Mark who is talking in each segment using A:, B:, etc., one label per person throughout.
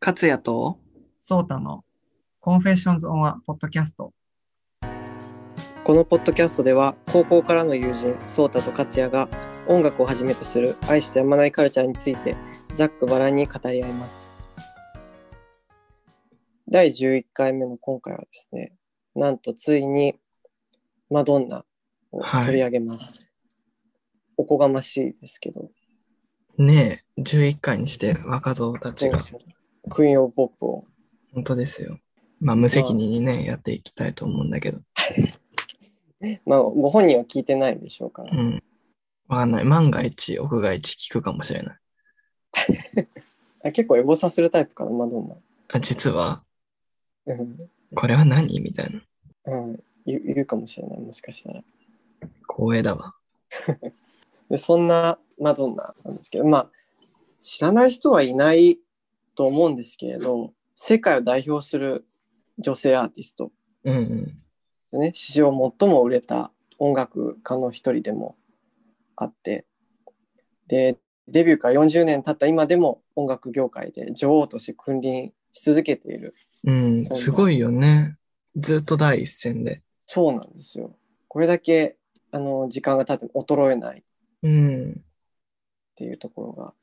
A: 勝也と
B: ソータの Confessions on a Podcast。
C: このポッドキャストでは高校からの友人ソータと勝也が音楽をはじめとする愛してやまないカルチャーについてざっくばらんに語り合います。第11回目の今回はですね、なんとついにマドンナを取り上げます。おこがましいですけど、
D: ねえ、11回にして若造たちが、
C: クイーン・オブ・ポップを
D: 本当ですよ。まあ、無責任にね、やっていきたいと思うんだけど。
C: まあ、ご本人は聞いてないでしょうから
D: う。ん。わかんない。万が一、屋が一聞くかもしれない。
C: あ結構エゴサするタイプかな、マドン
D: あ、実は、
C: ナ。うん
D: これは何みたいな。
C: うん、言う言うかもしれない、もしかしたら。
D: 光栄だわ。
C: でそんなマドンナなんですけど、まあ、知らない人はいないと思うんですけれど、世界を代表する女性アーティスト
D: うんうん。
C: でね、史上最も売れた音楽家の一人でもあって、で、デビューから40年経った今でも音楽業界で女王として君臨し続けている
D: うん、
C: そう
D: すごいよね。ずっと第一線で。
C: そうなんですよ。これだけあの時間が経っても衰えないっ
D: うん。
C: ていうところが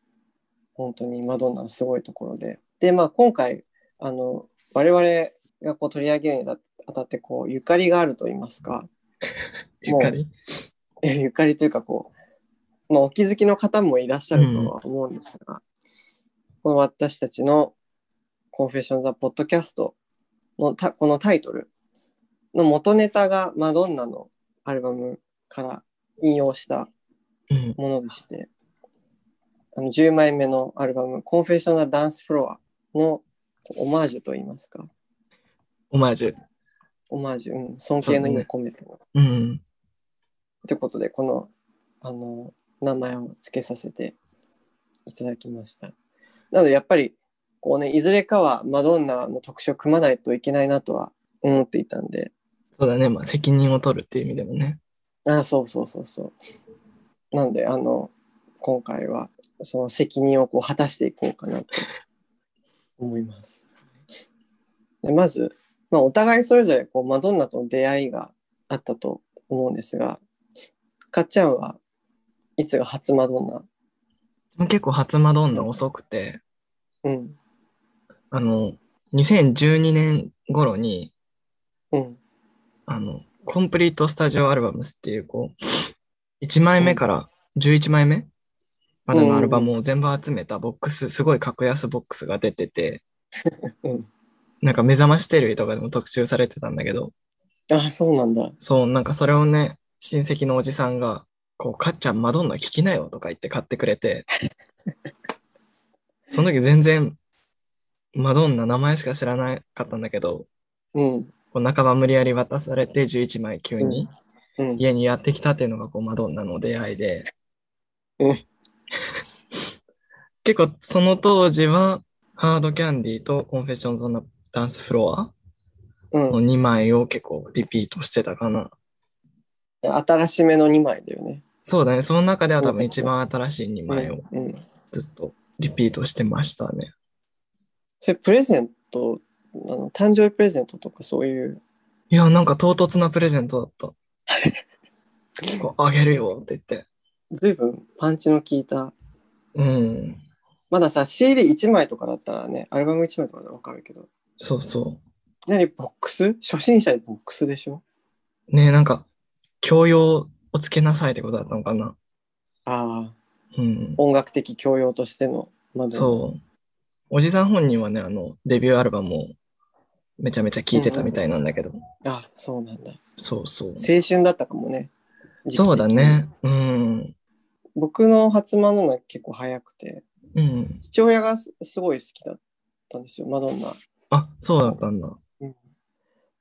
C: 本当にマドンナのすごいところで。で、まあ、今回あの我々がこう取り上げるにあたってこうゆかりがあると言いますか
D: ゆかり。
C: えゆかりというかこう、まあ、お気づきの方もいらっしゃるとは思うんですが、この私たちの「コンフェッション・ザ・ポッドキャストのた」このタイトルの元ネタがマドンナのアルバムから引用した
D: うん。
C: ものでして、あの10枚目のアルバム、コンフェッショナルダンスフロアのオマージュといいますか、
D: オマージュ。
C: オマージュ、うん、尊敬の意味を込めての。
D: うん。
C: ということで、この、あの、名前を付けさせていただきました。なので、やっぱり、こうね、いずれかはマドンナの特集を組まないといけないなとは思っていたんで、
D: そうだね。まあ、責任を取るっていう意味でもね。
C: あそうそうそうそう。なんで、あの、今回は、その責任をこう果たしていこうかなと 思います。でまず、まあ、お互いそれぞれこうマドンナとの出会いがあったと思うんですが、かっちゃんはいつが初マドンナ
D: 結構初マドンナ遅くて、
C: うん、
D: あの、2012年頃に、
C: うん、
D: あの、コンプリートスタジオアルバムスっていう、こう、1枚目から11枚目までのアルバムを全部集めたボックス、すごい格安ボックスが出てて、
C: うん。
D: なんか目覚ましテレビとかでも特集されてたんだけど、
C: あそうなんだ。
D: そう、なんかそれをね、親戚のおじさんが、こう、かっちゃんマドンナ聴きなよとか言って買ってくれ て、その時全然、マドンナ名前しか知らなかったんだけど、
C: うん、
D: こう半ば無理やり渡されて11枚急に、
C: うん、
D: 家にやってきたっていうのがこうマドンナの出会いで
C: うん。
D: 結構その当時はハードキャンディーとコンフェッションズ・オン・ダンス・フロ
C: う
D: アの
C: ん。
D: 2枚を結構リピートしてたかな。
C: 新しめの2枚だよね。
D: そうだね、その中では多分一番新しい2枚を
C: うん。うん
D: ずっとリピートしてましたね。
C: それプレゼント、あの誕生日プレゼントとかそういう
D: いや、なんか唐突なプレゼントだった。こうあげるよって言って。
C: ずいぶんパンチの効いた
D: うん。
C: まださ CD1 枚とかだったらねアルバム1枚とかでわかるけどい
D: そうそう。
C: きなりボックス初心者にボックスでしょ
D: ねえ、なんか教養をつけなさいってことだったのかな。
C: ああ
D: うん。
C: 音楽的教養としてのまず
D: そう。おじさん本人はね、あの、デビューアルバムをめちゃめちゃ聴いてたみたいなんだけど、
C: あそうなんだ
D: そうそう。
C: 青春だったかもね
D: そうだね。うん。
C: 僕の初マドンナ結構早くて
D: うん。
C: 父親がすすごい好きだったんですよマドンナ
D: あ、そうだったんだ。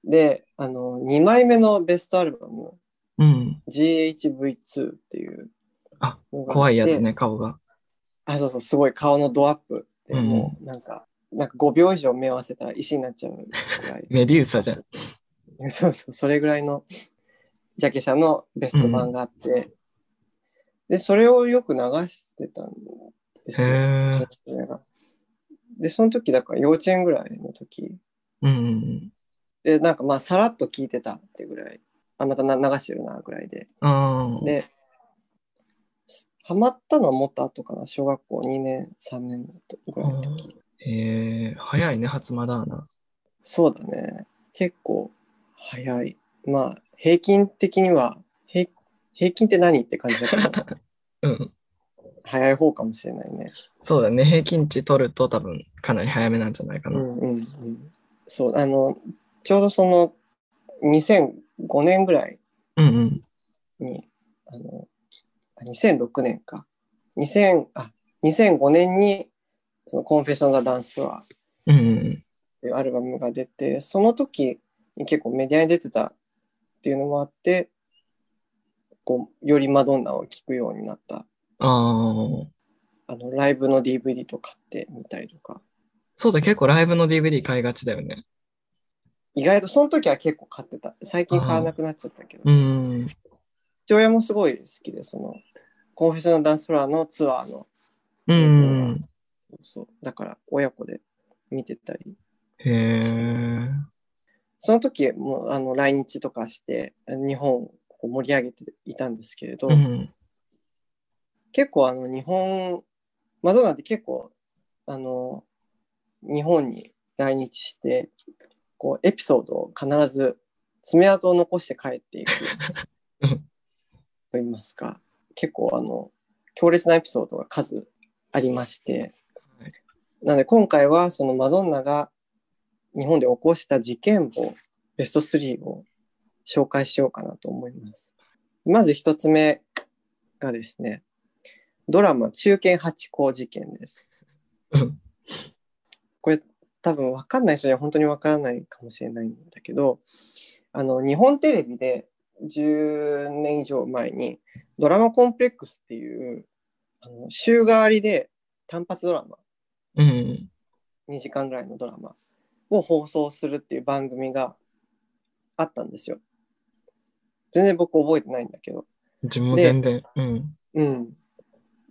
C: であの2枚目のベストアルバム
D: うん。
C: GHV2 っていう
D: あ
C: のがって
D: 怖いやつね、顔が。
C: あ、そうそう、すごい顔のドアップで、
D: うん。
C: もうなんか、なんか5秒以上目を合わせたら石になっちゃうぐらい
D: メデューサじゃん。
C: ん。 そうそう、それぐらいのジャケ写のベスト版があって、で、それをよく流してたんですよ。
D: へー
C: 父親がで、その時だから幼稚園ぐらいの時
D: うんうんうん。
C: で、なんかまあさらっと聞いてたってぐらい、あ、またな流してるなぐらいで。
D: ああ。
C: で、すハマったのはもっと後かな、小学校2年、3年ぐらいの時。
D: へえ、早いね、初マダーナ。
C: そうだね。結構早い。まあ、平均的には、平平均って何って感じだけど、
D: うん。
C: 早い方かもしれないね。
D: そうだね、平均値取ると多分かなり早めなんじゃないか
C: う
D: な。
C: んうんうん。そう、あの、ちょうどその2005年ぐらい
D: うんうん。
C: に、あの、あ2006年か。2000あ2005年に、そのコンフェッション・ザ・ダンス・フロアっ
D: うんうん
C: ていうアルバムが出て、その時に結構メディアに出てたっていうのもあって、こう、よりマドンナを聴くようになった。
D: うん。ああ。
C: あの、ライブの DVD とかってみたりとか。
D: そうだ、結構ライブの DVD 買いがちだよね。
C: 意外とその時は結構買ってた。最近買わなくなっちゃったけど。
D: うん。
C: 父親もすごい好きで、その、コンフェッショナルダンスフロアのツアーの、
D: うんうん。
C: そう、だから親子で見てたり、
D: へえ。
C: その時もあの来日とかして、日本をこう盛り上げていたんですけれど、
D: うん。
C: 結構あの日本、マドンナって結構、あの、日本に来日して、こう、エピソードを必ず爪痕を残して帰っていく
D: うん
C: と言いますか、結構あの、強烈なエピソードが数ありまして
D: はい、
C: なので今回はそのマドンナが日本で起こした事件簿ベスト3を紹介しようかなと思います。まず一つ目がですね、ドラマ中堅八高事件です。
D: うん
C: これ多分分かんない人には本当に分からないかもしれないんだけどあの日本テレビで10年以上前にドラマコンプレックスっていうあの週替わりで単発ドラマ
D: うん。
C: 2時間ぐらいのドラマを放送するっていう番組があったんですよ。全然僕覚えてないんだけど。
D: 自分も全然。うん。
C: うん、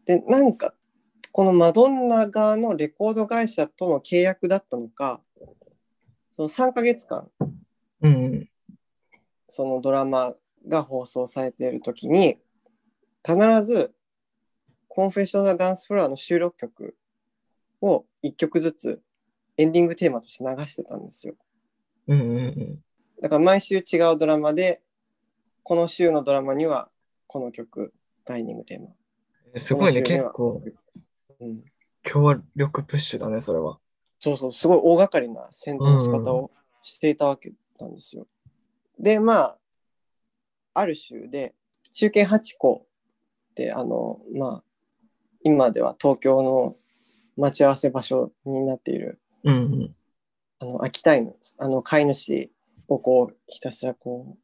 C: でなんかこのマドンナ側のレコード会社との契約だったのかその3ヶ月間
D: うん。
C: そのドラマが放送されている時に必ず「コンフェッショナルダンスフロア」の収録曲を1曲ずつエンディングテーマとして流してたんですよ。
D: うんうん
C: だから毎週違うドラマでこの週のドラマにはこの曲がエンディングテーマ。
D: うん。すごいね、
C: この週に
D: 結
C: は
D: 構
C: うん
D: 強力プッシュだね、それは。
C: そうそう、すごい大掛かりな宣伝の仕方をしていたわけなんですよ。で、まあ、ある州で、中堅八校って、あの、まあ、今では東京の待ち合わせ場所になっている、
D: うんうん。
C: あの、秋田犬、あの、飼い主をこう、ひたすらこ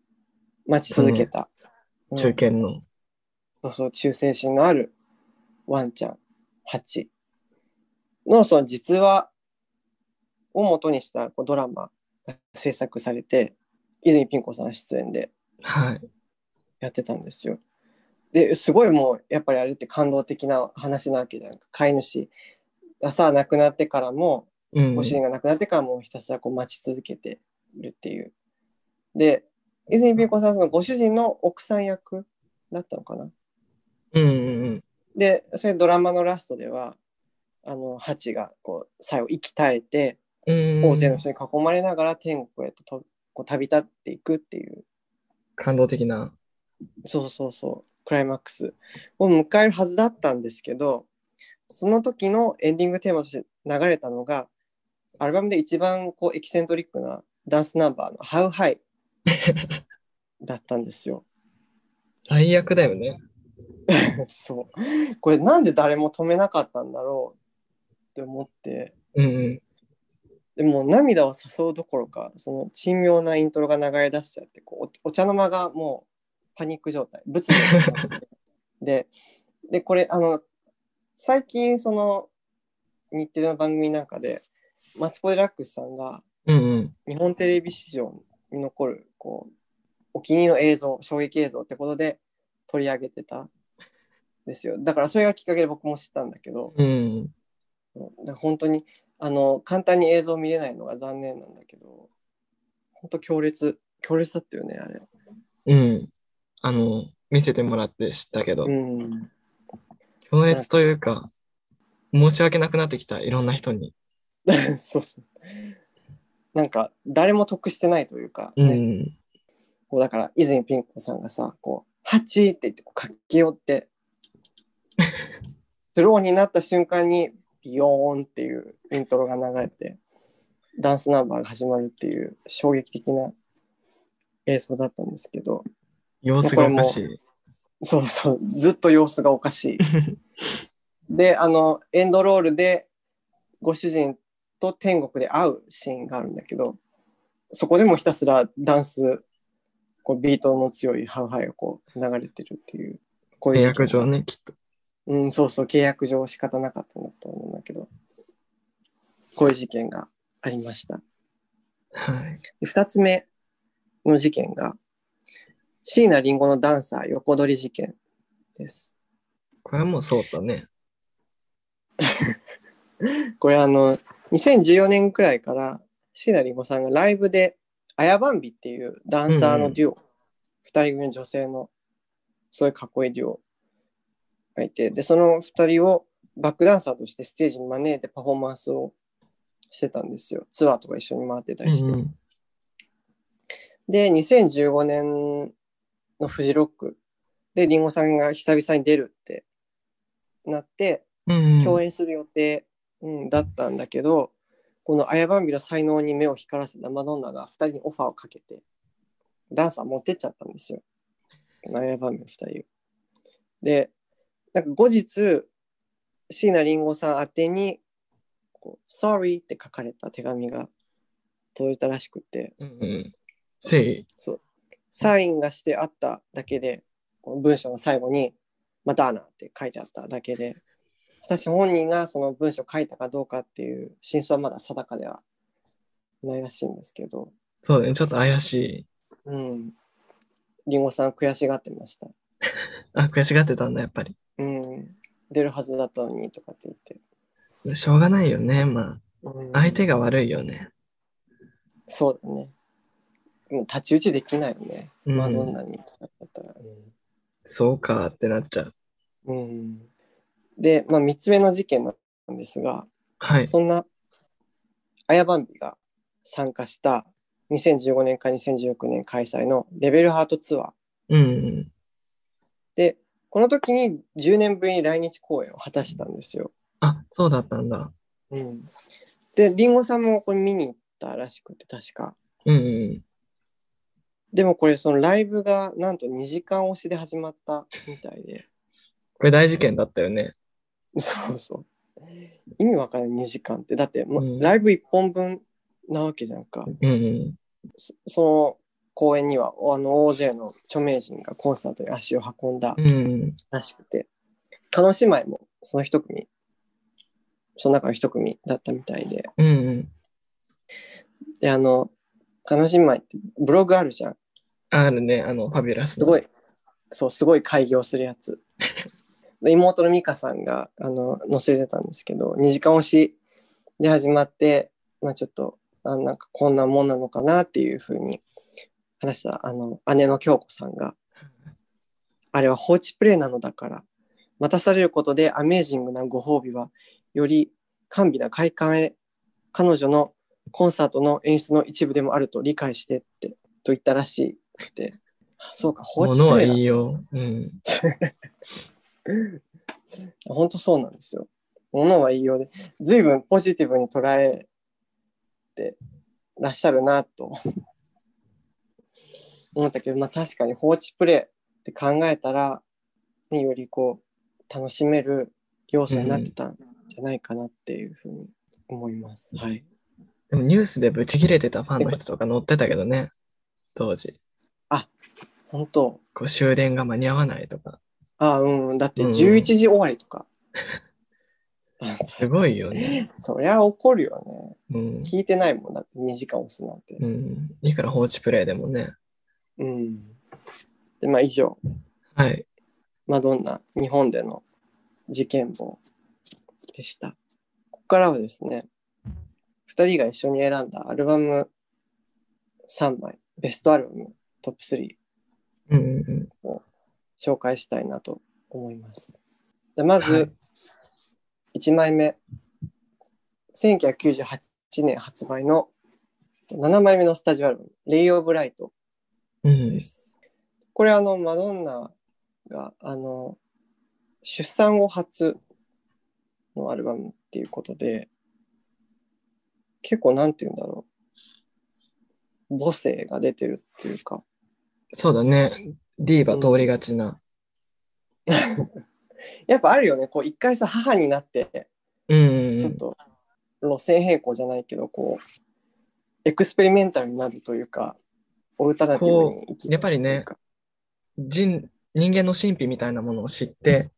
C: う、待ち続けた。うん
D: 中堅の。
C: そうそう、忠誠心のあるワンちゃん、ハチの、その実話を元にしたこうドラマが制作されて、泉ピン子さん出演で
D: はい。
C: やってたんですよ。で、すごいもう、やっぱりあれって感動的な話なわけじゃんか。飼い主がさ、亡くなってからも、
D: うん。
C: ご主人が亡くなってからもひたすらこう待ち続けてるっていう。で、泉ピン子さんはそのご主人の奥さん役だったのかな
D: うんうんうん。
C: でそれドラマのラストではあのハチがこう最後息絶えて
D: うん
C: 大勢の人に囲まれながら天国へととこう旅立っていくっていう
D: 感動的な。
C: そうそうそうクライマックスを迎えるはずだったんですけどその時のエンディングテーマとして流れたのがアルバムで一番こうエキセントリックなダンスナンバーの「ハウ ハイ」だったんですよ。
D: 最悪だよね。
C: そうこれなんで誰も止めなかったんだろうって思って。
D: うんうん。
C: でもう涙を誘うどころかその珍妙なイントロが流れ出しちゃってこうおお茶の間がもうパニック状態物理になってますででこれあの最近その日テレの番組なんかでマツコ・デラックスさんが
D: うんうん。
C: 日本テレビ史上に残るこうお気に入りの映像衝撃映像ってことで取り上げてたんですよだからそれがきっかけで僕も知ったんだけど
D: うん。
C: だから本当にあの簡単に映像見れないのが残念なんだけど本当強烈強烈だったよねあれ
D: うん。あの、見せてもらって知ったけど
C: う、ん
D: 強烈というか、申し訳なくなってきた、いろんな人に。
C: そうそうなんか誰も得してないというか、
D: う
C: ね
D: ん。
C: こうだから泉ピン子さんがさこう「ハチ!」って言ってこう駆け寄って スローになった瞬間にビヨーンっていうイントロが流れてダンスナンバーが始まるっていう衝撃的な映像だったんですけど
D: 様子がおかしい。
C: そうそうずっと様子がおかしい。 であのエンドロールでご主人と天国で会うシーンがあるんだけどそこでもひたすらダンスこうビートの強いハウハイがこう流れてるっていうこうい
D: 契
C: う
D: 約上
C: ね、
D: ね、きっと。
C: うん、そうそう契約上仕方なかったんだと思うんだけどこういう事件がありました
D: はい。
C: で2つ目の事件が椎名林檎のダンサー横取り事件です
D: これはもうそうだね。
C: これあの2014年くらいから椎名林檎さんがライブでアヤバンビっていうダンサーのデュオ、2人組の女性のすごいかっこいいデュオがいてでその2人をバックダンサーとしてステージに招いてパフォーマンスをしてたんですよツアーとか一緒に回ってたりして、
D: うん
C: で2015年のフジロックで林檎さんが久々に出るってなって
D: うん。
C: 共演する予定、うん、だったんだけどこの「あやばんび」の才能に目を光らせたマドンナが2人にオファーをかけてダンサー持ってっちゃったんですよ。あやばんびの2人を。でなんか後日椎名林檎さん宛てにこう「Sorry」って書かれた手紙が届いたらしくて
D: うんうん。誠意。
C: サインがしてあっただけでこの文章の最後に「またな」って書いてあっただけで私本人がその文章を書いたかどうかっていう真相はまだ定かではないらしいんですけど、
D: そうだね。ちょっと怪しい。
C: うん、リンゴさん悔しがってました、
D: あ、悔しがってたんだ、やっぱり。
C: うん、出るはずだったのにとかって言って、
D: しょうがないよね。ま
C: うん
D: あ、相手が悪いよね。
C: そうだねもう太刀打ちできないよね、
D: うん
C: マドンナにとかだったら。
D: そうかってなっちゃう。
C: うん、で、まあ、3つ目の事件なんですが、
D: はい。
C: そんな、あやばんびが参加した2015年から2019年開催のレベルハートツアー。
D: うんうん。
C: で、この時に10年ぶりに来日公演を果たしたんですよ。
D: あ、そうだったんだ。
C: うん、で、りんごさんもこれ見に行ったらしくて、確か。
D: うんうん。
C: でもこれ、そのライブがなんと2時間押しで始まったみたいで。
D: これ大事件だったよね。
C: そうそう。意味わかんない2時間って。だって、もう
D: うん
C: ライブ1本分なわけじゃんか。
D: うんうん。
C: そその公演にはあの大勢の著名人がコンサートに足を運んだ
D: うんうん。
C: らしくて、叶姉妹もその一組、その中の一組だったみたいで、
D: うんうん。
C: で、あの、叶姉妹ってブログあるじゃん。
D: あるね。あの、ファビュラス
C: すご
D: い。
C: い、そう、すごい開業するやつ。で妹の美香さんがあの載せてたんですけど、2時間押しで始まって、まあ、ちょっとあなんかこんなもんなのかなっていうふうに話したあの姉の京子さんが、あれは放置プレイなのだから、待たされることでアメージングなご褒美は、より甘美な快感へ、彼女のコンサートの演出の一部でもあると理解してって、と言ったらしいって。あそうか、放
D: も
C: 置
D: の
C: プ
D: は
C: レイだ
D: 言いよう。うん。
C: 本当そうなんですよ。ものは言いようで、随分ポジティブに捉えてらっしゃるなと思ったけど、まあ確かに放置プレイって考えたら、ね、よりこう、楽しめる要素になってたんじゃないかなっていうふうに思います。はい。
D: でもニュースでブチ切れてたファンの人とか載ってたけどね。当時。
C: 本当
D: こう終電が間に合わないとか。
C: あうんうん、だって
D: うんうん
C: 11時終わりとか。
D: すごいよね。
C: そりゃ怒るよ
D: うん
C: ね。。聞いてないもんだって2時間押すなんて。
D: うん。いくら放置プレイでもね。
C: うん。で、まあ以上、
D: はい。
C: マドンナ、日本での事件簿でした。ここからはですね、 2人が一緒に選んだアルバム3枚、ベストアルバムトップ3
D: うんうんうん。
C: 紹介したいなと思います。でま
D: は
C: ず
D: い
C: 1枚目、1998年発売の7枚目のスタジオアルバム、レイ・オブ・ライト
D: うん
C: で。す。これあの、マドンナがあの出産後初のアルバムっていうことで、結構なんて言うんだろう、母性が出てるっていうか、
D: そうだね。D は通りがちな。
C: やっぱあるよね、こう一回さ、母になって、
D: うんうん
C: ち
D: う
C: ょっ
D: ん。
C: と路線変更じゃないけど、こう、エクスペリメンタルになるというか、オルタナティブに生きる
D: やっぱりね
C: というか
D: 人人間の神秘みたいなものを知って、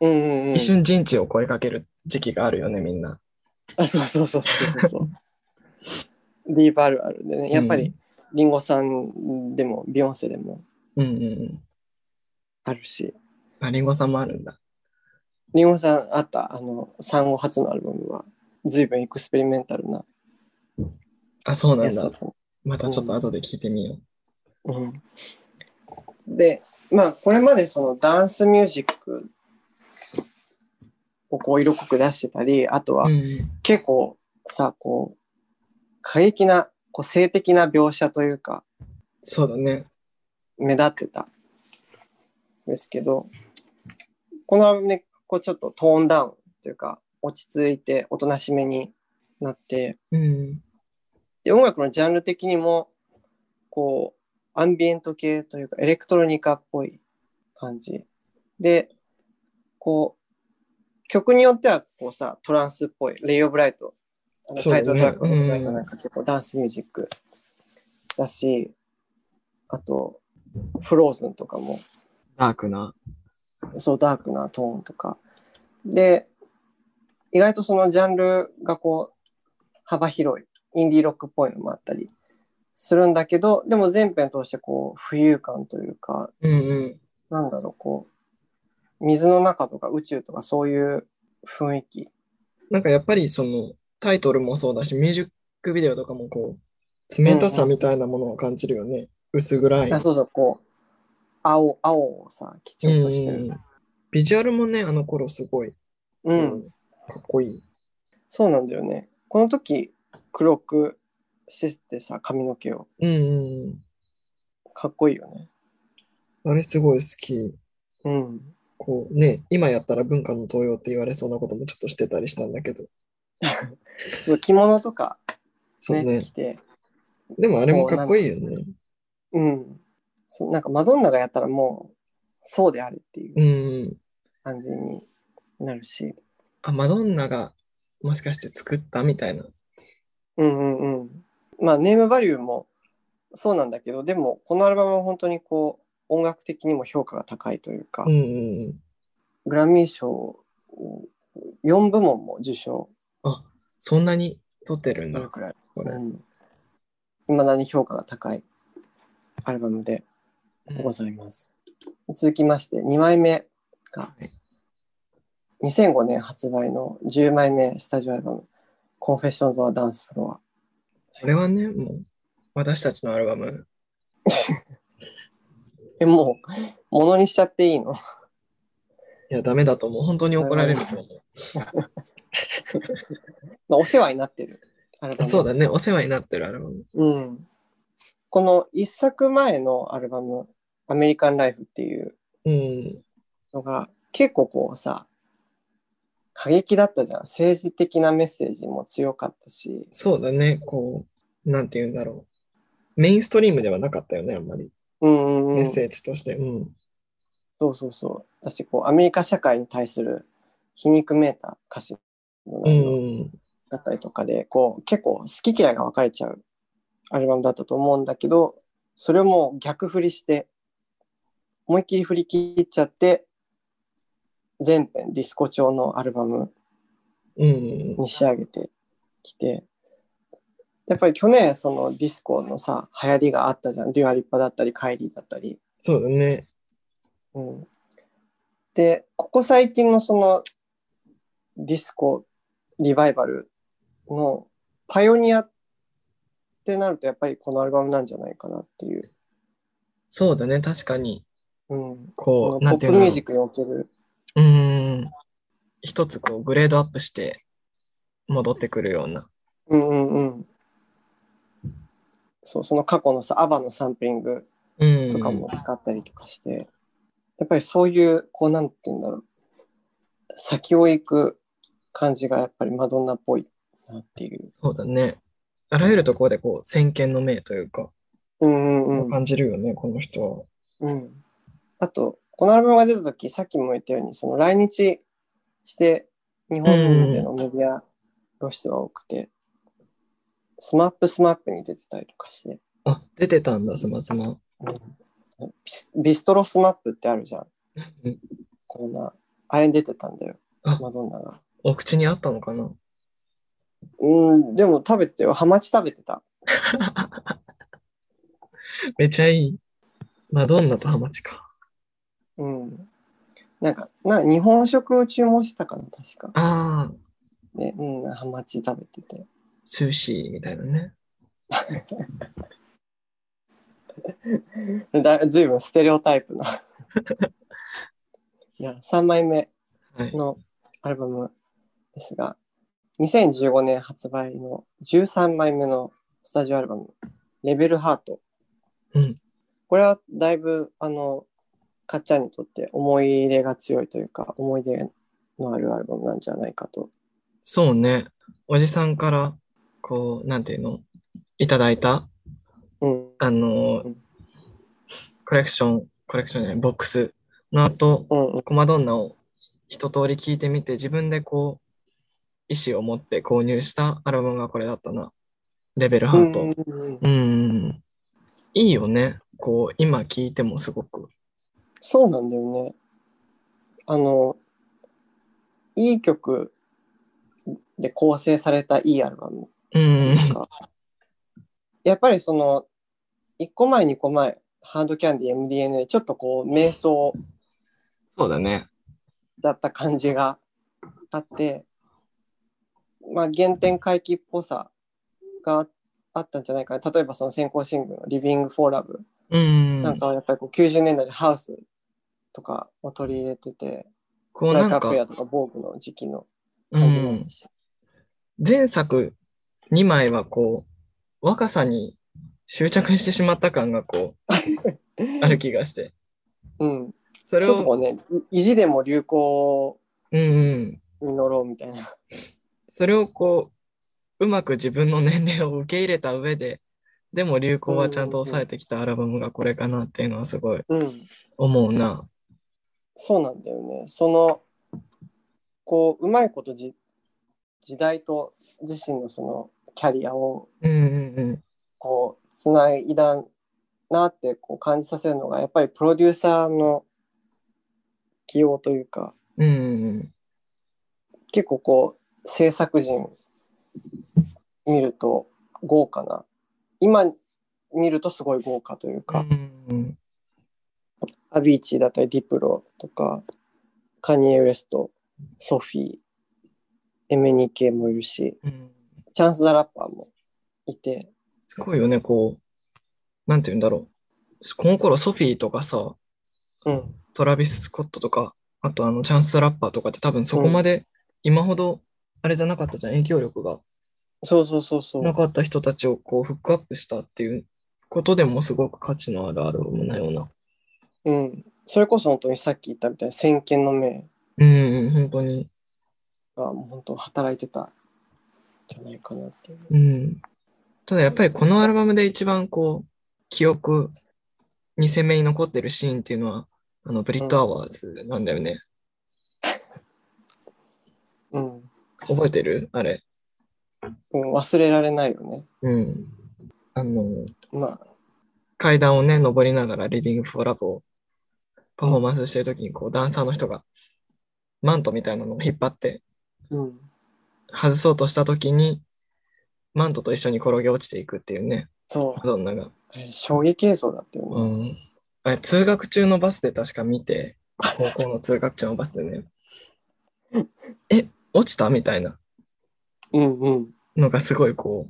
C: うんうんうん。
D: 一瞬人知を声かける時期があるよね、みんな。
C: あ、そうそうそうそうそ うそう。ディープあるあるでね、やっぱりリンゴさんでもビヨンセでも
D: うんうんうん。
C: あるし、
D: あ、リンゴさんもあるんだ。
C: リンゴさんあった、あの、産後初のアルバムは、随分エクスペリメンタルな
D: あ、そうな
C: や
D: ん
C: つだ
D: だ
C: っ。た。
D: またちょっと後で聞いてみよ
C: うん、でまあこれまでそのダンスミュージックをこう色濃く出してたりあと
D: う。
C: は
D: うん
C: 結構さこう過激なこう性的な描写というか
D: そうだね。
C: 目立ってたんですけどこのアルバムねこうちょっとトーンダウンというか落ち着いておとなしめになって
D: うん。
C: で音楽のジャンル的にもこうアンビエント系というかエレクトロニカっぽい感じでこう曲によってはこうさトランスっぽいレイ・オブ・ライトあの
D: そう
C: タ
D: だね
C: イトルトラックの
D: うん
C: ライトなんか結構ダンスミュージックだしあとフローズンとかも
D: ダークな。
C: そうダークなトーンとかで意外とそのジャンルがこう幅広いインディーロックっぽいのもあったりするんだけどでも全編通してこう浮遊感というか
D: うんうん。
C: なんだろうこう水の中とか宇宙とかそういう雰囲気
D: なんかやっぱりそのタイトルもそうだし、ミュージックビデオとかもこう、冷たさみたいなものを感じるよね。薄暗い。
C: あそうそうこう青青をさ基
D: うん
C: 調
D: う
C: としてる
D: んうんビジュアルもね、あの頃すごい、
C: うん、
D: かっこいい。
C: そうなんだよねこの時黒くしててさ髪の毛を
D: うんうんうん。
C: かっこいいよね
D: あれすごい好き。
C: うん
D: こうね、今やったら文化の盗用って言われそうなこともちょっとしてたりしたんだけど。
C: そう着物とか
D: そう
C: ね
D: ね。
C: 来て、
D: でもあれもかっこいいよね。
C: うん、そうなんかマドンナがやったらもうそうであるっていう
D: うんうん。
C: 感じになるし、
D: あ、マドンナがもしかして作ったみたいな。
C: うんうんうん、まあネームバリューもそうなんだけどでもこのアルバムは本当にこう音楽的にも評価が高いというか、
D: うんうんうん。
C: グラミー賞を4部門も受賞
D: あ、そんなに撮ってるん
C: する
D: だ、
C: くらい、
D: これ。
C: いまだに評価が高いアルバムでございます。続きまして2枚目が
D: はい
C: 2005年発売の10枚目スタジオアルバム「Confessions of a Dance Floor
D: これはね、もう、私たちのアルバム。」
C: えもうものにしちゃっていいの
D: いや、ダメだと思う。本当に怒られると思う。
C: まあお世話になってるアルバム
D: そうだね、お世話になってるアルバム。
C: うん、この1作前のアルバム「アメリカン・ライフ」っていう
D: うん。
C: のが結構こうさ過激だったじゃん政治的なメッセージも強かったし
D: そうだね、こう、なんて言うんだろう。メインストリームではなかったよね、あんまり。
C: うんうんうん
D: メッセージとして。うん。
C: そうそうそう。だし、こう、アメリカ社会に対する皮肉めいた歌詞の
D: う
C: 内容
D: ん。
C: だったりとかで、こう、結構好き嫌いが分かれちゃうアルバムだったと思うんだけど、それをもう逆振りして、思いっきり振り切っちゃって、全編ディスコ調のアルバム
D: うん。
C: に仕上げてきて、やっぱり去年、そのディスコのさ、流行りがあったじゃん。デュアリッパだったり、カイリーだったり。
D: そうだね。
C: うんでここ最近のそのディスコリバイバルのパイオニアってなるとやっぱりこのアルバムなんじゃないかなっていう。
D: そうだね、確かに。
C: うん、
D: こ
C: こ
D: う、な
C: のポ
D: ん
C: ッ
D: て
C: プ
D: いうの
C: ミュージックにおける。
D: うーん。一つこう、グレードアップして戻ってくるような。
C: うんうんうん。そう、その過去のさ、アバのサンプリング
D: うん。
C: とかも使ったりとかして、やっぱりそういう、こう、なんて言うんだろう。先を行く感じがやっぱりマドンナっぽいなっていう。
D: そうだね。あらゆるところでこう、先見の明というか、
C: うんうんうん。
D: 感じるよね、この人は。
C: うん、あとこのアルバムが出た時さっきも言ったようにその来日して日本でのメディア露出が多くて、スマップスマップに出てたりとかして、
D: あ、出てたんだ、スマスマ。
C: ビスビストロスマップってあるじゃん
D: うん
C: こんなあれに出てたんだよ
D: あ
C: マドンナが
D: お口にあったのかな
C: うんでも食べてたよハマチ食べてた
D: めちゃいい。マドンナとハマチか。
C: うんなんかな日本食を注文してたかな確か
D: ああ、
C: で、うん、ハマチ食べてて
D: スーシーみたいなね。
C: だずいぶんステレオタイプな いや3枚目
D: はい。
C: のアルバムですが2015年発売の13枚目のスタジオアルバム「レベルハート」
D: うん
C: これはだいぶあのかっちゃんにとって思い入れが強いというか思い出のあるアルバムなんじゃないかと。
D: そうね。おじさんから、こう、なんていうのいただいた、
C: うん
D: あのー
C: うん
D: コレクション、コレクションじゃない、ボックスの後、
C: うんうん
D: コマドンナを一通り聞いてみて、自分でこう、意思を持って購入したアルバムがこれだったな。レベルハート。
C: うんうんうん
D: うん。ん、いいよね。こう、今聞いてもすごく。
C: そうなんだよね。あの、いい曲で構成されたいいアルバム
D: うん。
C: が、やっぱりその、1個前、2個前、ハードキャンディー、MDNA、ちょっとこう、瞑想
D: そうだね。
C: だった感じがあって、まあ、原点回帰っぽさがあったんじゃないかな。例えばその先行シングルの Living for Love
D: うん。
C: なんかはやっぱりこう90年代でハウスとかを取り入れてて、
D: こうな
C: ライク
D: ん
C: アッ
D: か
C: プ、やとか防具の時期の
D: う
C: 感じもあっ
D: ん
C: た、し、
D: 前作2枚はこう、若さに執着してしまった感がこ う、ある気がして。
C: うん
D: それ
C: ちょっとこ
D: を、
C: うねい意地でも流行
D: うんうん。
C: に乗ろうみたいな、
D: それをこう、うまく自分の年齢を受け入れた上で、でも流行はちゃんと抑えてきたアルバムがこれかなっていうのはすごい
C: うん、
D: 思うな。
C: そうなんだよねそのこううまいことじ時代と自身のそのキャリアを
D: うんうん
C: こうつないだなってこう感じさせるのがやっぱりプロデューサーの起用というか
D: うん。うんうん
C: 結構こう制作陣見ると豪華な今見るとすごい豪華という
D: う
C: か、
D: んうん。
C: アビーチだったりディプロとかカニエ・ウエストソフィーエメニケもいるし
D: うん
C: チャンス・ザ・ラッパーもいて
D: すごいよね、こう、なんて言うんだろう。この頃ソフィーとかさ、
C: うん
D: トラビス・スコットとか、あとあのチャンス・ラッパーとかって多分そこまで今ほどあれじゃなかったじゃん、影響力が
C: そうそうそうそう
D: なかった人たちをこうフックアップしたっていうことでもすごく価値のあるアルバムなような。
C: うん、それこそ本当にさっき言ったみたいな先見の明
D: うんうん、本当に。
C: がもう本当働いてたんじゃないかなっていう
D: うん。ただやっぱりこのアルバムで一番こう、記憶に鮮明に残ってるシーンっていうのは、あの、ブリット・アワーズなんだよね。
C: うん、
D: 覚えてるあれ。
C: うん、忘れられないよね
D: うん。あの、
C: まあ
D: 階段をね、登りながら、リビング・フォー・ラブをパフォーマンスしてるときに、こう、ダンサーの人が、マントみたいなのを引っ張って、
C: うん
D: 外そうとしたときに、マントと一緒に転げ落ちていくっていうね、
C: そ
D: マドンナが。
C: うあれ衝撃映像だったよね、
D: うん。あれ、通学中のバスで確か見て、高校の通学中のバスでね、え、落ちたみたいな。
C: うんうん
D: のがすごいこ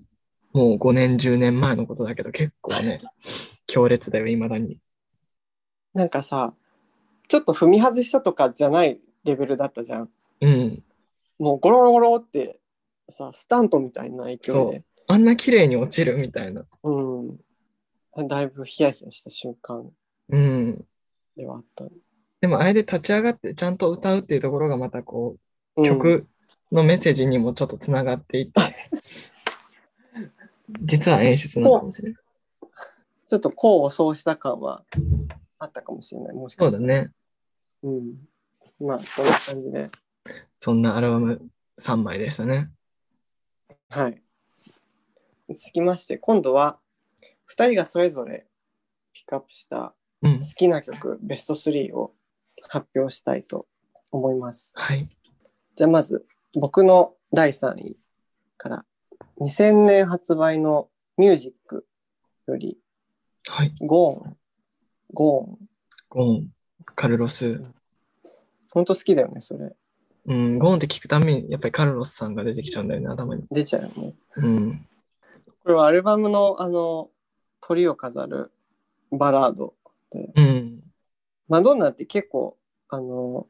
D: う、もう5年、10年前のことだけど結構ね、強烈だよ、未だに。
C: なんかさちょっと踏み外したとかじゃないレベルだったじゃん
D: うん。
C: もうゴロゴロゴロってさスタントみたいな勢いで
D: あんな綺麗に落ちるみたいな。
C: うんだいぶヒヤヒヤした瞬間
D: うん。
C: ではあった、
D: でもあれで立ち上がってちゃんと歌うっていうところがまたこ
C: う
D: う、
C: ん
D: 曲のメッセージにもちょっとつながっていて、実は演出なのかもしれない。
C: ちょっと功を奏した感はあったかもしれないもし
D: そ
C: か
D: う
C: し
D: だ
C: たら
D: ね。
C: うんまあこんな感じで
D: そんなアルバム3枚でしたね。
C: はい続きまして今度は2人がそれぞれピックアップした
D: うん
C: 好。きな曲ベスト3を発表したいと思います
D: はい。
C: じゃあまず僕の第3位から2000年発売のミュージックより
D: はい。
C: ゴーン、ゴーン。
D: ゴーン、カルロス。
C: ほんと好きだよね、それ。
D: うん、ゴーンって聞くために、やっぱりカルロスさんが出てきちゃうんだよね、頭に。
C: 出ちゃうよね。
D: うん。
C: これはアルバムの、あの、鳥を飾るバラード。
D: うん。
C: マドンナって結構、あの、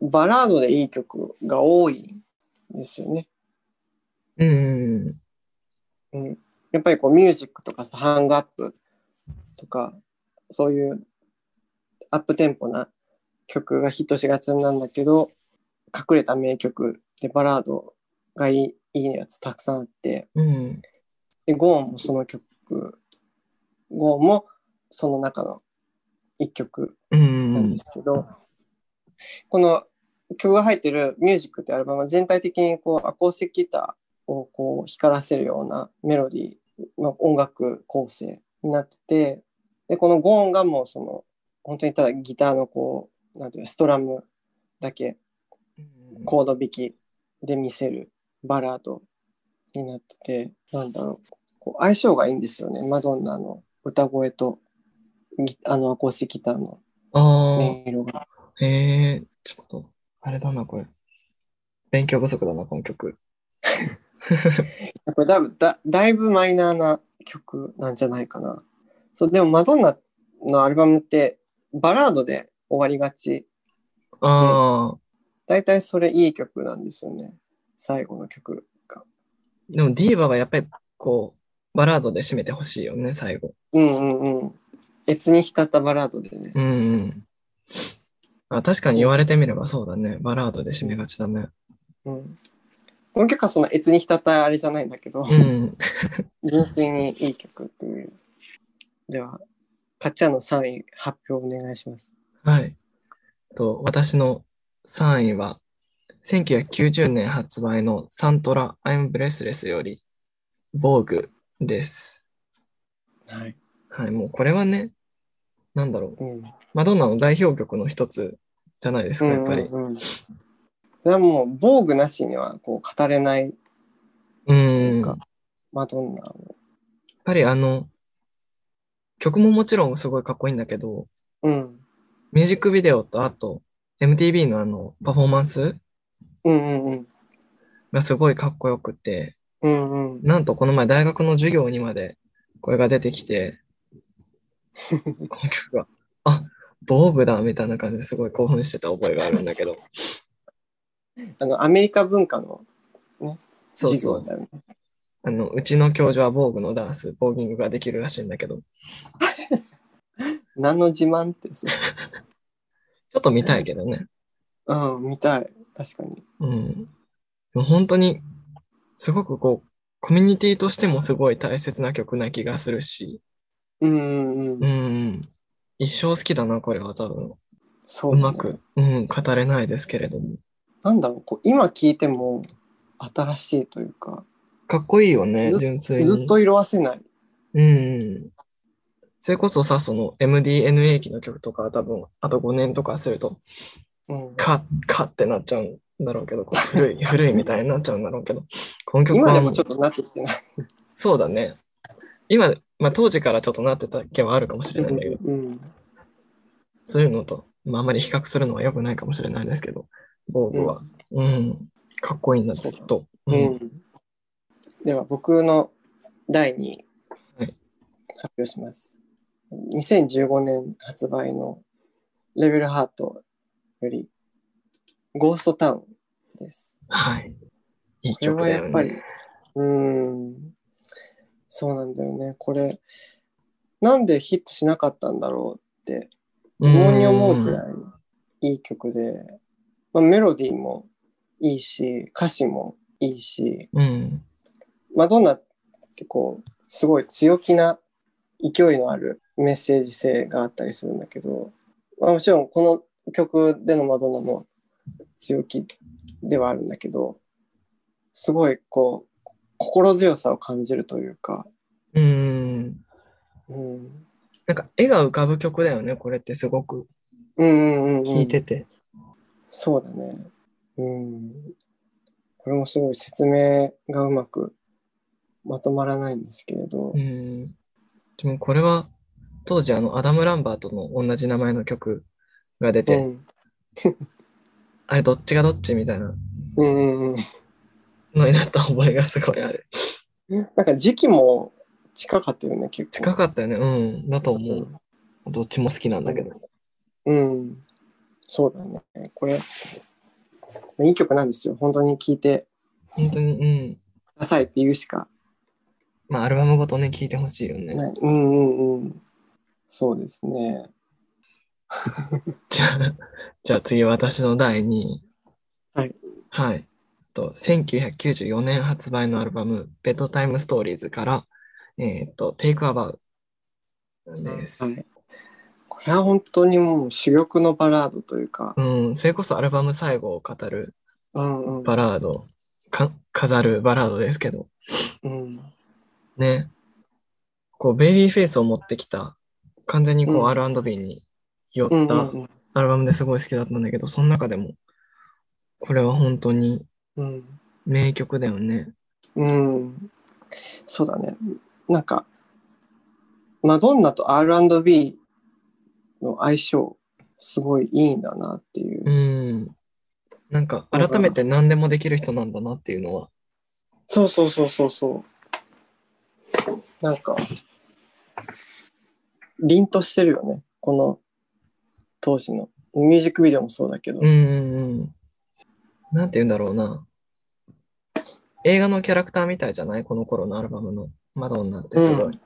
C: バラードでいい曲が多いんですよね。
D: うん。
C: うん。やっぱりこう、ミュージックとかさ、ハングアップとか、そういうアップテンポな曲がヒットしがちなんだけど、隠れた名曲でバラードがいいいいやつたくさんあって、
D: うん。
C: で、ゴーンもその曲、ゴーンもその中の一曲
D: う
C: なん
D: ん
C: で。すけど、この曲が入ってるミュージックってアルバムは全体的にこうアコースティックギターをこう光らせるようなメロディーの音楽構成になってて、で、このゴーンがもうその、本当にただギターのこう、なんていうのストラムだけコード弾きで見せるバラードになってて、なんだろう、こう相性がいいんですよね。マドンナの歌声とギ、あの、アコースティックギターの
D: ああ、
C: 音色が。
D: へえ、ちょっと、あれだな、これ。勉強不足だな、この曲。
C: これだぶだだいぶマイナーな曲なんじゃないかな。そう、でもマドンナのアルバムってバラードで終わりがち。
D: ああ、
C: だいたいそれいい曲なんですよね。最後の曲が。
D: でもディーバはやっぱり、こう、バラードで締めてほしいよね、最後。
C: うんうんうん。越に浸ったバラードでね。
D: うん、うん。あ、確かに言われてみればそうだね。バラードで締めがちだね。
C: うん。この曲はその越に浸ったあれじゃないんだけど。
D: うん。
C: 純粋にいい曲っていう。では、かっちゃんの3位発表お願いします。
D: はい。と私の3位は、1990年発売のサントラ I'm Breathless より、Vogue です。
C: はい。
D: はい、もうこれはね、なんだろう、
C: うん。
D: マドンナの代表曲の一つじゃないですか、やっぱり。
C: うんうんうんそれはもう防具なしにはこう語れな
D: う
C: い
D: ん、。
C: というん
D: や
C: か
D: っ、
C: マドンナを。
D: ぱりあの、曲ももちろんすごいかっこいいんだけど、
C: うん。
D: ミュージックビデオとあと、MTV のあの、パフォーマンス
C: うんうんうん。
D: がすごいかっこよくて、
C: うんうん。
D: なんとこの前大学の授業にまでこれが出てきて、この曲が、あ、防具だみたいな感じですごい興奮してた覚えがあるんだ けど。
C: あの、アメリカ文化の
D: そう
C: 授
D: そ
C: 業
D: う。
C: だよね。
D: あの、うちの教授は防具のダンス、ボーギングができるらしいんだけど、
C: 何の自慢ってそう。
D: ちょっと見たいけどね。
C: うん、見たい。確かに。
D: うん。でも本当に、すごくこう、コミュニティとしてもすごい大切な曲な気がするし、
C: うんうんう。
D: うんん。一生好きだな、これは多分。
C: そう
D: う
C: だね
D: まく、うん、語れないですけれども。
C: なんだろう、こう、今聴いても新しいというか、
D: かっこいいよね、
C: ず
D: 純粋に。
C: ずっと色あせない。
D: うん。それこそさ、その MDNA 期の曲とかは多分、あと5年とかすると、
C: うん。
D: カッ、カッってなっちゃうんだろうけど、こう古い、古いみたいになっちゃうんだろうけど、この曲は
C: 今で
D: も
C: も
D: う
C: ちょっとなってきてない。
D: そうだね。今、まあ当時からちょっとなってた気はあるかもしれないんだけど、
C: うん、
D: そういうのと、まああまり比較するのは良くないかもしれないですけど、防具は、うん、かっこいいんだ、
C: そう
D: ず
C: だ
D: っと。
C: う
D: うんん。
C: では僕の第2位
D: はい
C: 発表します。2015年発売のレベルハートよりゴーストタウンです。
D: はい。いい
C: これ
D: 曲だ
C: はや
D: よ
C: っぱり、
D: ね。
C: うーん、そうなんだよね。これ、なんでヒットしなかったんだろうって疑問に思うくらいいい曲で、まあ、メロディーもいいし、歌詞もいいし、
D: うん。うん。
C: マドンナってこうすごい強気な勢いのあるメッセージ性があったりするんだけど、まあ、もちろんこの曲でのマドンナも強気ではあるんだけどすごいこう心強さを感じるというか、
D: うん。
C: うん、
D: なんか絵が浮かぶ曲だよね、これってすごく
C: うんうんうんうん
D: 聴いてて。
C: そうだねうんこれもすごい説明がうまくまとまらないんですけれど、
D: うん。でもこれは当時あのアダム・ランバートの同じ名前の曲が出て、
C: うん
D: あれどっちがどっちみたいな
C: うんうんうん
D: のになった覚えがすごいある。
C: なんか時期も近かったよね、結構。
D: 近かったよね。うん。だと思
C: う。
D: う。どっちも好きなんだけど。
C: うん。そうだね。これ、いい曲なんですよ。本当に聴いて
D: 本当に、うん。
C: くださいって言うしか
D: まあアルバムごとね、聴いてほしいよね。
C: ない。うんうんうん。そうですね。
D: じゃあ、じゃあ次私の第2位。
C: はい。
D: はい。と、1994年発売のアルバム、ベッドタイムストーリーズから、えっ、と、Take About です。
C: はい。これは本当にもう珠玉のバラードというか、
D: うん、それこそアルバム最後を語る
C: うんうん。
D: バラード、か飾るバラードですけど、
C: うん、
D: ね。こう、ベイビーフェイスを持ってきた、完全にこう、
C: うん
D: R&B に寄っ
C: うんう
D: た
C: ん
D: アルバムですごい好きだったんだけど、その中でも、これは本当に
C: うん。
D: 名曲だよね。
C: うん。うん。そうだね。なんか、マドンナと R&B の相性、すごいいいんだなっていう。
D: うん。なんか改めて何でもできる人なんだなっていうのは。
C: そうそうそうそうそう。なんか、凛としてるよね。この当時の。ミュージックビデオもそうだけど。
D: うんうんうん。なんて言うんだろうな。映画のキャラクターみたいじゃないこの頃のアルバムのマドンナってすごい。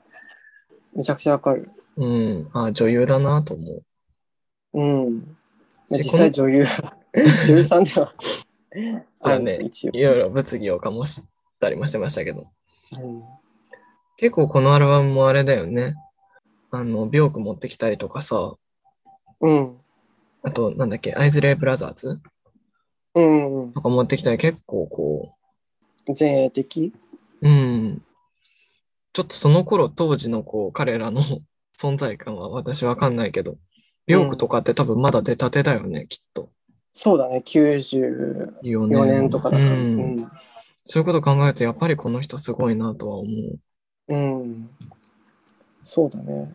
C: めちゃくちゃわかる。
D: うん。あ女優だなと思
C: うん。
D: う。
C: 実
D: し
C: 際女優、女優さんではあるんです
D: そうだね
C: よ、 一応
D: このいろいろ物議を醸したりもしてましたけど。
C: うん。
D: 結構このアルバムもあれだよね。あの、ビョーク持ってきたりとかさ。
C: うん。
D: あと、なんだっけ、アイズレイ・ブラザーズ
C: うんうん
D: とか持ってきたり結構こう、
C: うん。前衛的
D: うん。ちょっとその頃、当時のこう、彼らの 存在感は私わかんないけど、ビョークとかって多分まだ出たてだよね、きっと。
C: そうだね、94
D: 4
C: 年とかだから。
D: う。
C: うんん。
D: そういうこと考えると、やっぱりこの人すごいなとは思う。
C: うん。そうだね。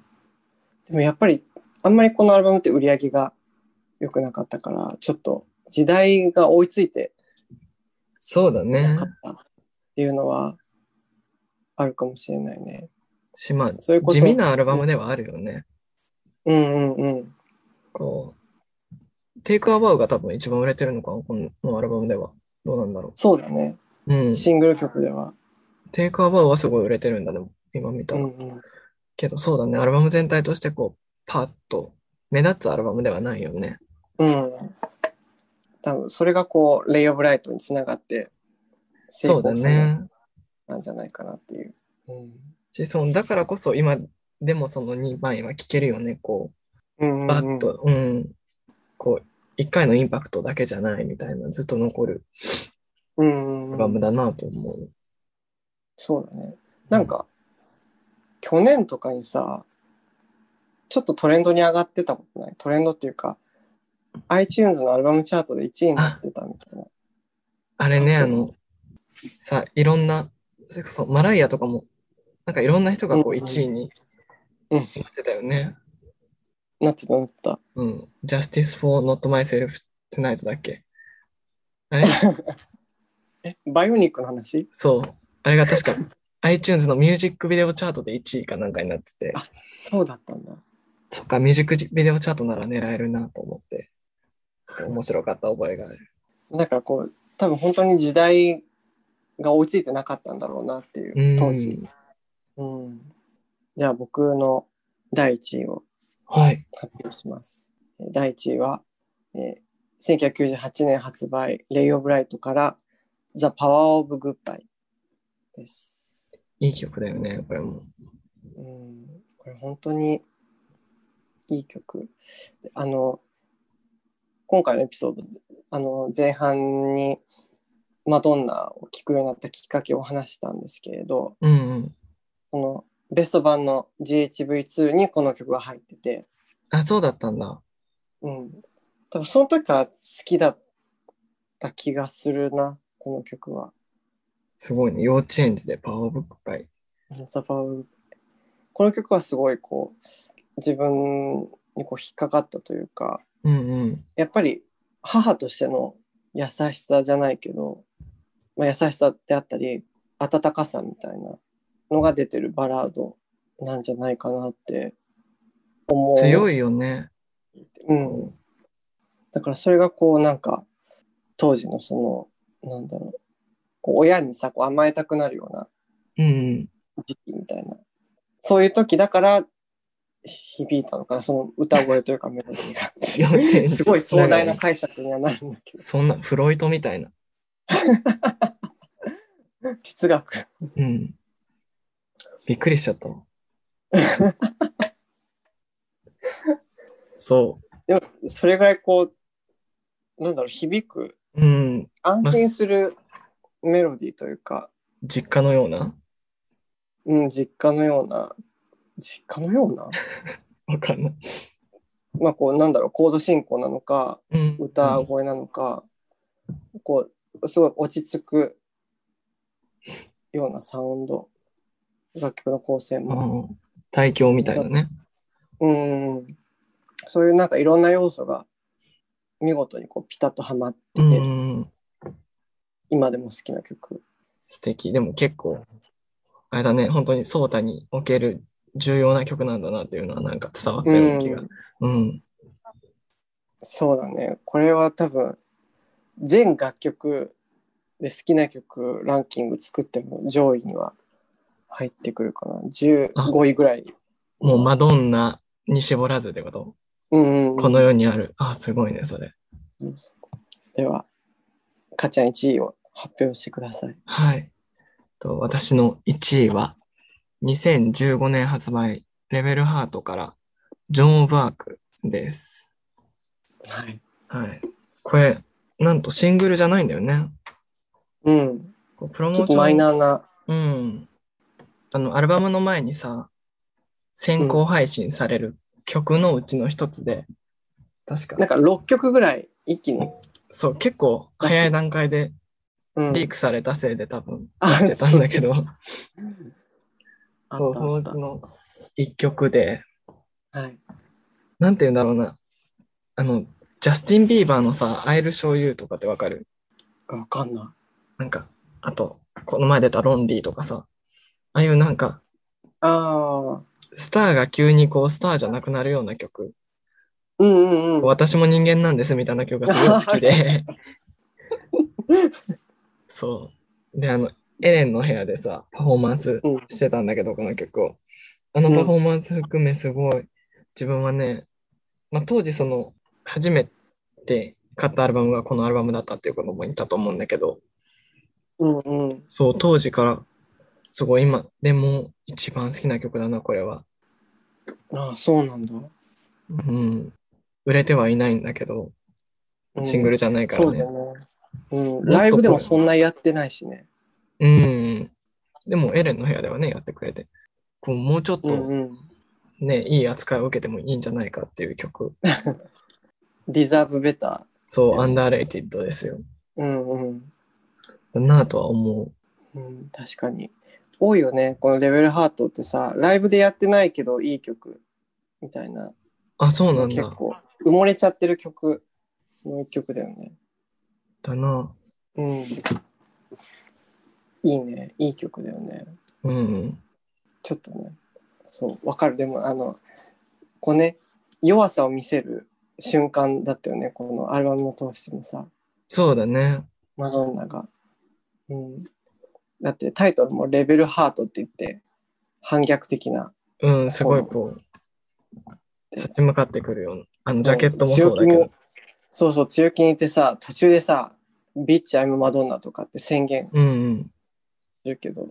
C: でもやっぱり、あんまりこのアルバムって売り上げが良くなかったから、ちょっと時代が追いついて
D: そうだね
C: なか。ったっていうのはあるかもしれないね。
D: しまあ、
C: それこそ
D: 地味なアルバムではあるよね。
C: うんうんうん。
D: こう、テイクアバウが多分一番売れてるのかな、このアルバムでは。どうなんだろ
C: そうだね。
D: う。うん。
C: シングル曲では。
D: テイクアバウはすごい売れてるんだ、でも、今見た
C: う
D: ら
C: んうん、
D: けどそうだね、アルバム全体としてこう、パッと目立つアルバムではないよね。
C: うん。多分それがこう、レイ・オブ・ライトにつながって、成
D: そうだ
C: 功した
D: ね。
C: なんじゃないかなっていう。うん
D: し、そのだからこそ今でもその2枚は聴けるよね、こ
C: うんう
D: う、
C: んう
D: バ
C: ん
D: ッと、うん、こう、1回のインパクトだけじゃないみたいな、ずっと残る
C: うんうん
D: ア
C: うん
D: ルバムだなと思う。
C: そうだね。なんか、去年とかにさ、ちょっとトレンドに上がってたことないトレンドっていうか、iTunes のアルバムチャートで1位になってたみたいな。
D: あれね、
C: あ
D: あ
C: と
D: の、さ、いろんな、それこそマライアとかも、なんかいろんな人がこう
C: うんうん
D: 1位に
C: うん
D: なってたよね。
C: なってたなってた。
D: うん。Justice for Not Myself Tonight だっけあれ
C: え、バイオニックの話
D: そう。あれが確か iTunes のミュージックビデオチャートで1位かなんかになってて
C: あ、そうだったんだ。
D: そっか、ミュージックビデオチャートなら狙えるなと思って、ちょっと面白かった覚えがある。
C: なんかこう、多分本当に時代が追いついてなかったんだろうなっていう、当時。
D: うん
C: うんじゃあ僕の第1位を
D: はい。
C: 発表します。えー第1位は、えー1998年発売、レイ・オブ・ライトから、The Power of Goodbye です。
D: いい曲だよね、これも。
C: うん、これ本当にいい曲。あの、今回のエピソードで、あの、前半にマドンナを聴くようになったきっかけを話したんですけれど、
D: うんうん。
C: そのベスト版の GHV2 にこの曲が入ってて、
D: あ、そうだったんだ。
C: うん。多分その時から好きだった気がするな、この曲は。
D: すごいね。幼稚園児でパワーブックパイ。
C: ザバウこの曲はすごいこう、自分にこう引っかかったというか、
D: うんうん。
C: やっぱり母としての優しさじゃないけど、まあ、優しさであったり、温かさみたいなのが出てるバラードなんじゃないかなって思う。
D: 強
C: い。
D: いよね。
C: うん。だからそれがこうなんか当時のそのなんだろうこう親にさこう甘えたくなるような
D: うんうん。
C: 時期みたいなそういう時だから響いたのかなその歌声 というかメロディ
D: 幼稚
C: ー
D: 園
C: が
D: 児
C: すごい壮大な解釈にはなるんだけ
D: そんな、フロイトみたいな。
C: ど哲学
D: うん。びっくりしちゃった わ。そ
C: でもそれぐらいこうなんだろう響く
D: う。うん。
C: 安心するメロディーというか、
D: 実家のような
C: うん、実家のような実家のような
D: わかんない。
C: まあこうなんだろうコード進行なのか
D: うん
C: 歌声なのか、こうすごい落ち着くようなサウンド楽曲の構成
D: う
C: も、
D: んうん大凶みたいなね。
C: うん、そういうなんかいろんな要素が見事にこうピタッとはまって、
D: うんうんうん。
C: 今でも好きな曲
D: 素敵。でも結構、あれだね、本当にソータにおける重要な曲なんだなっていうのはなんか伝わったような気が。うん。
C: そうだねこれは多分全楽曲で好きな曲ランキング作っても上位には入ってくるかな15位ぐらい、
D: もうマドンナに絞らずってこと
C: うんうんうん
D: この世にある。あ、すごいね、それ。
C: では、かちゃん1位を発表してください。
D: はい。と私の1位は、2015年発売、レベルハートから、ジョン・オブ・アークです。
C: はい。
D: はい。これ、なんとシングルじゃないんだよね。
C: うん。
D: こうプロモー
C: ち
D: シ
C: ょ
D: ョ
C: っ
D: ン。
C: とマイナーな。
D: うん。あの、アルバムの前にさ、先行配信される曲のうちの一つで、確
C: なん
D: か、
C: か6曲ぐらい一気に。
D: そう、結構早い段階で
C: うん。
D: リークされたせいで多分
C: あ
D: 出してたんだけど、
C: あ
D: そ
C: っ
D: う、
C: た
D: その
C: あ
D: うちの
C: っ
D: 一曲で、
C: た。はい。
D: なんて言うんだろうな、あの、ジャスティン・ビーバーのさ、I'll Show You とかってわかる
C: わかんな
D: なんか、あと、この前出たロンリーとかさ、ああいうなんか、
C: い。ああ。
D: スターが急にこう、スターじゃなくなるような曲
C: うんうんうん。
D: 私も人間なんですみたいな曲がすごい好き でそうであのエレンの部屋でさパフォーマンス
C: うん
D: してたんだけどこの曲をあのパフォーマンス含めすごい自分はね、まあ、当時その初めて買ったアルバムがこのアルバムだったっていうことも言ったと思うんだけど
C: うんうん。
D: そう当時からすごい今でも一番好きな曲だなこれは
C: ああ、そうなんだ。
D: うん売れてはいないんだけど
C: うん
D: シングルじゃないからね、
C: そうだね。うん。ライブでもそんなやってないしね。
D: うん。でも、エレンの部屋ではね、やってくれて、こうもうちょっ
C: う
D: と
C: ん
D: ね、
C: うん。
D: いい扱いを受けてもいいんじゃないかっていう曲。
C: Deserve Better。
D: そう、アンダーレイティッドですよ。
C: うんうん。
D: だなぁとは思う。
C: うん、確かに。多いよね。このレベルハートってさ、ライブでやってないけどいい曲みたいな。
D: あ、そうなん
C: 結
D: だ。
C: 構、埋もれちゃってる曲の一曲だよね。
D: だなぁ
C: うん。いいね。いい曲だよね。
D: うん。
C: ちょっとね。そう、わかる。でも、あの、こうね、弱さを見せる瞬間だったよね。このアルバムを通してもさ、
D: そうだね。
C: マドンナが。うん。だってタイトルもレベルハートって言って、反逆的な。
D: うん、すごいこう、立ち向かってくるような。あの、ジャケットもそうだけ
C: 強気
D: ど
C: に。。そうそう、強気に言ってさ、途中でさ、ビッチ・アイム・マドンナとかって宣言
D: うんうん。
C: するけど、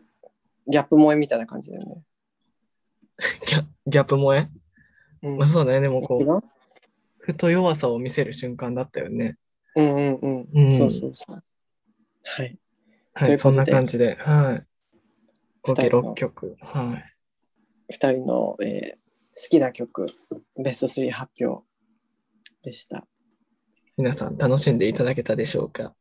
C: ギャップ萌えみたいな感じだよね。
D: ギャギャップ萌え
C: うん
D: まあそうだね。でも
C: 違
D: こう、
C: う
D: ふと弱さを見せる瞬間だったよね。
C: うんうん
D: う
C: うんん。そうそうそう。はい。
D: は
C: とい
D: い、
C: うこ
D: そ
C: と
D: ん
C: で
D: な感じで。はい。合計
C: 二人
D: 6
C: の
D: 曲。はい。
C: 2人の、えー好きな曲、ベスト3発表でした。
D: 皆さん楽しんでいただけたでしょうか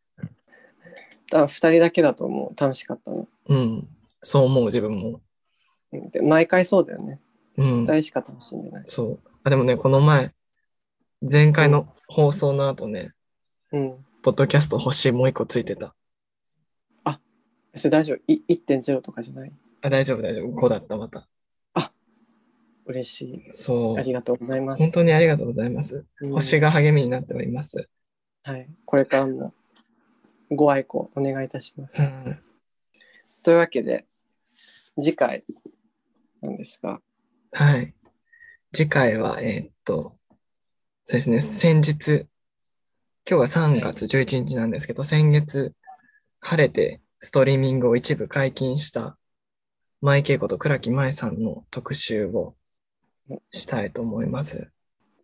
C: 多分2人だけだと思う。楽しかったの。
D: うん。そう思う自分も。
C: うんで毎回そうだよね。
D: うん
C: 2。人しか楽しんでない。
D: そう。あ、でもね、この前、前回の放送の後ね、
C: うん。
D: ポッドキャスト星もう一個ついてた。
C: それ大丈夫。い1.0とかじゃない
D: あ、大丈夫、大丈夫。5だった、また。
C: 嬉しい。
D: そう
C: あ。りがとうございます。
D: 本当にありがとうございます。
C: うん
D: 星が励みになっております。
C: はい。これからもご愛顧お願いいたします。
D: うん
C: というわけで、次回なんですが、
D: はい。次回は、えーっと、そうですね、先日、今日が3月11日なんですけど、先月、晴れてストリーミングを一部解禁した、舞恵子と倉木舞さんの特集をしたいと思います。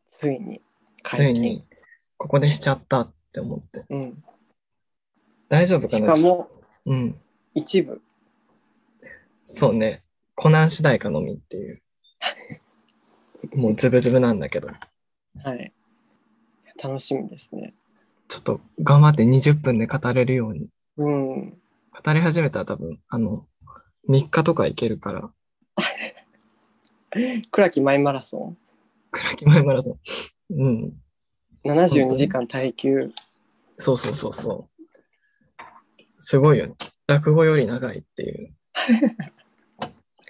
C: ついに
D: つい
C: 解禁。
D: に、ここでしちゃったって思って。
C: うん、
D: 大丈夫か
C: し
D: な
C: か、も、
D: うん。
C: 一部、
D: そうね、コナン主題歌のみって いう。もうズブズブなんだけど。
C: はい。楽しみですね。
D: ちょっと頑張って20分で語れるように。
C: うん。
D: 語り始めたら多分、あの、3日とかいけるから、
C: 倉木舞マラソ
D: 倉木前マラソン。うん。
C: ン、72時間耐久。
D: そうそうそうそう。すごいよね。落語より長いっていう。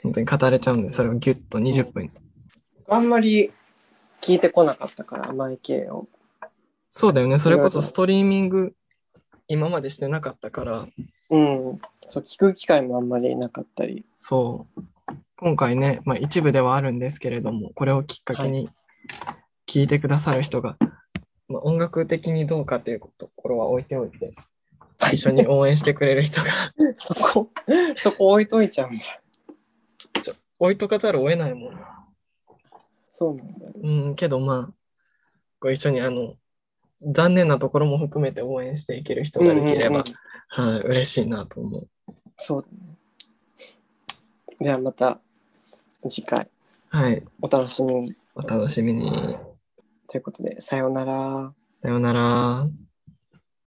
D: 本当に語れちゃうんで、それをギュッと20分に。
C: あんまり聞いてこなかったから、舞系を。
D: そうだよね。それこそストリーミング、今までしてなかったから、
C: うん。そう、聞く機会もあんまりなかったり。
D: そう。今回ね、まあ、一部ではあるんですけれども、これをきっかけに聞いてくださる人が、まあ、音楽的にどうかというところは置いておいて、一緒に応援してくれる人が
C: そこ、そこ置いといちゃうんだ。
D: 置いとかざるを得ないもん。
C: そうなんだよね。
D: うん、けどまあ、ご一緒にあの、残念なところも含めて応援していける人ができれば、
C: うんうんうん
D: はい、嬉しいなと思う。
C: そうだね。ではまた次回
D: はい、
C: お楽しみに
D: お楽しみに。
C: ということで、さようなら。
D: さようなら。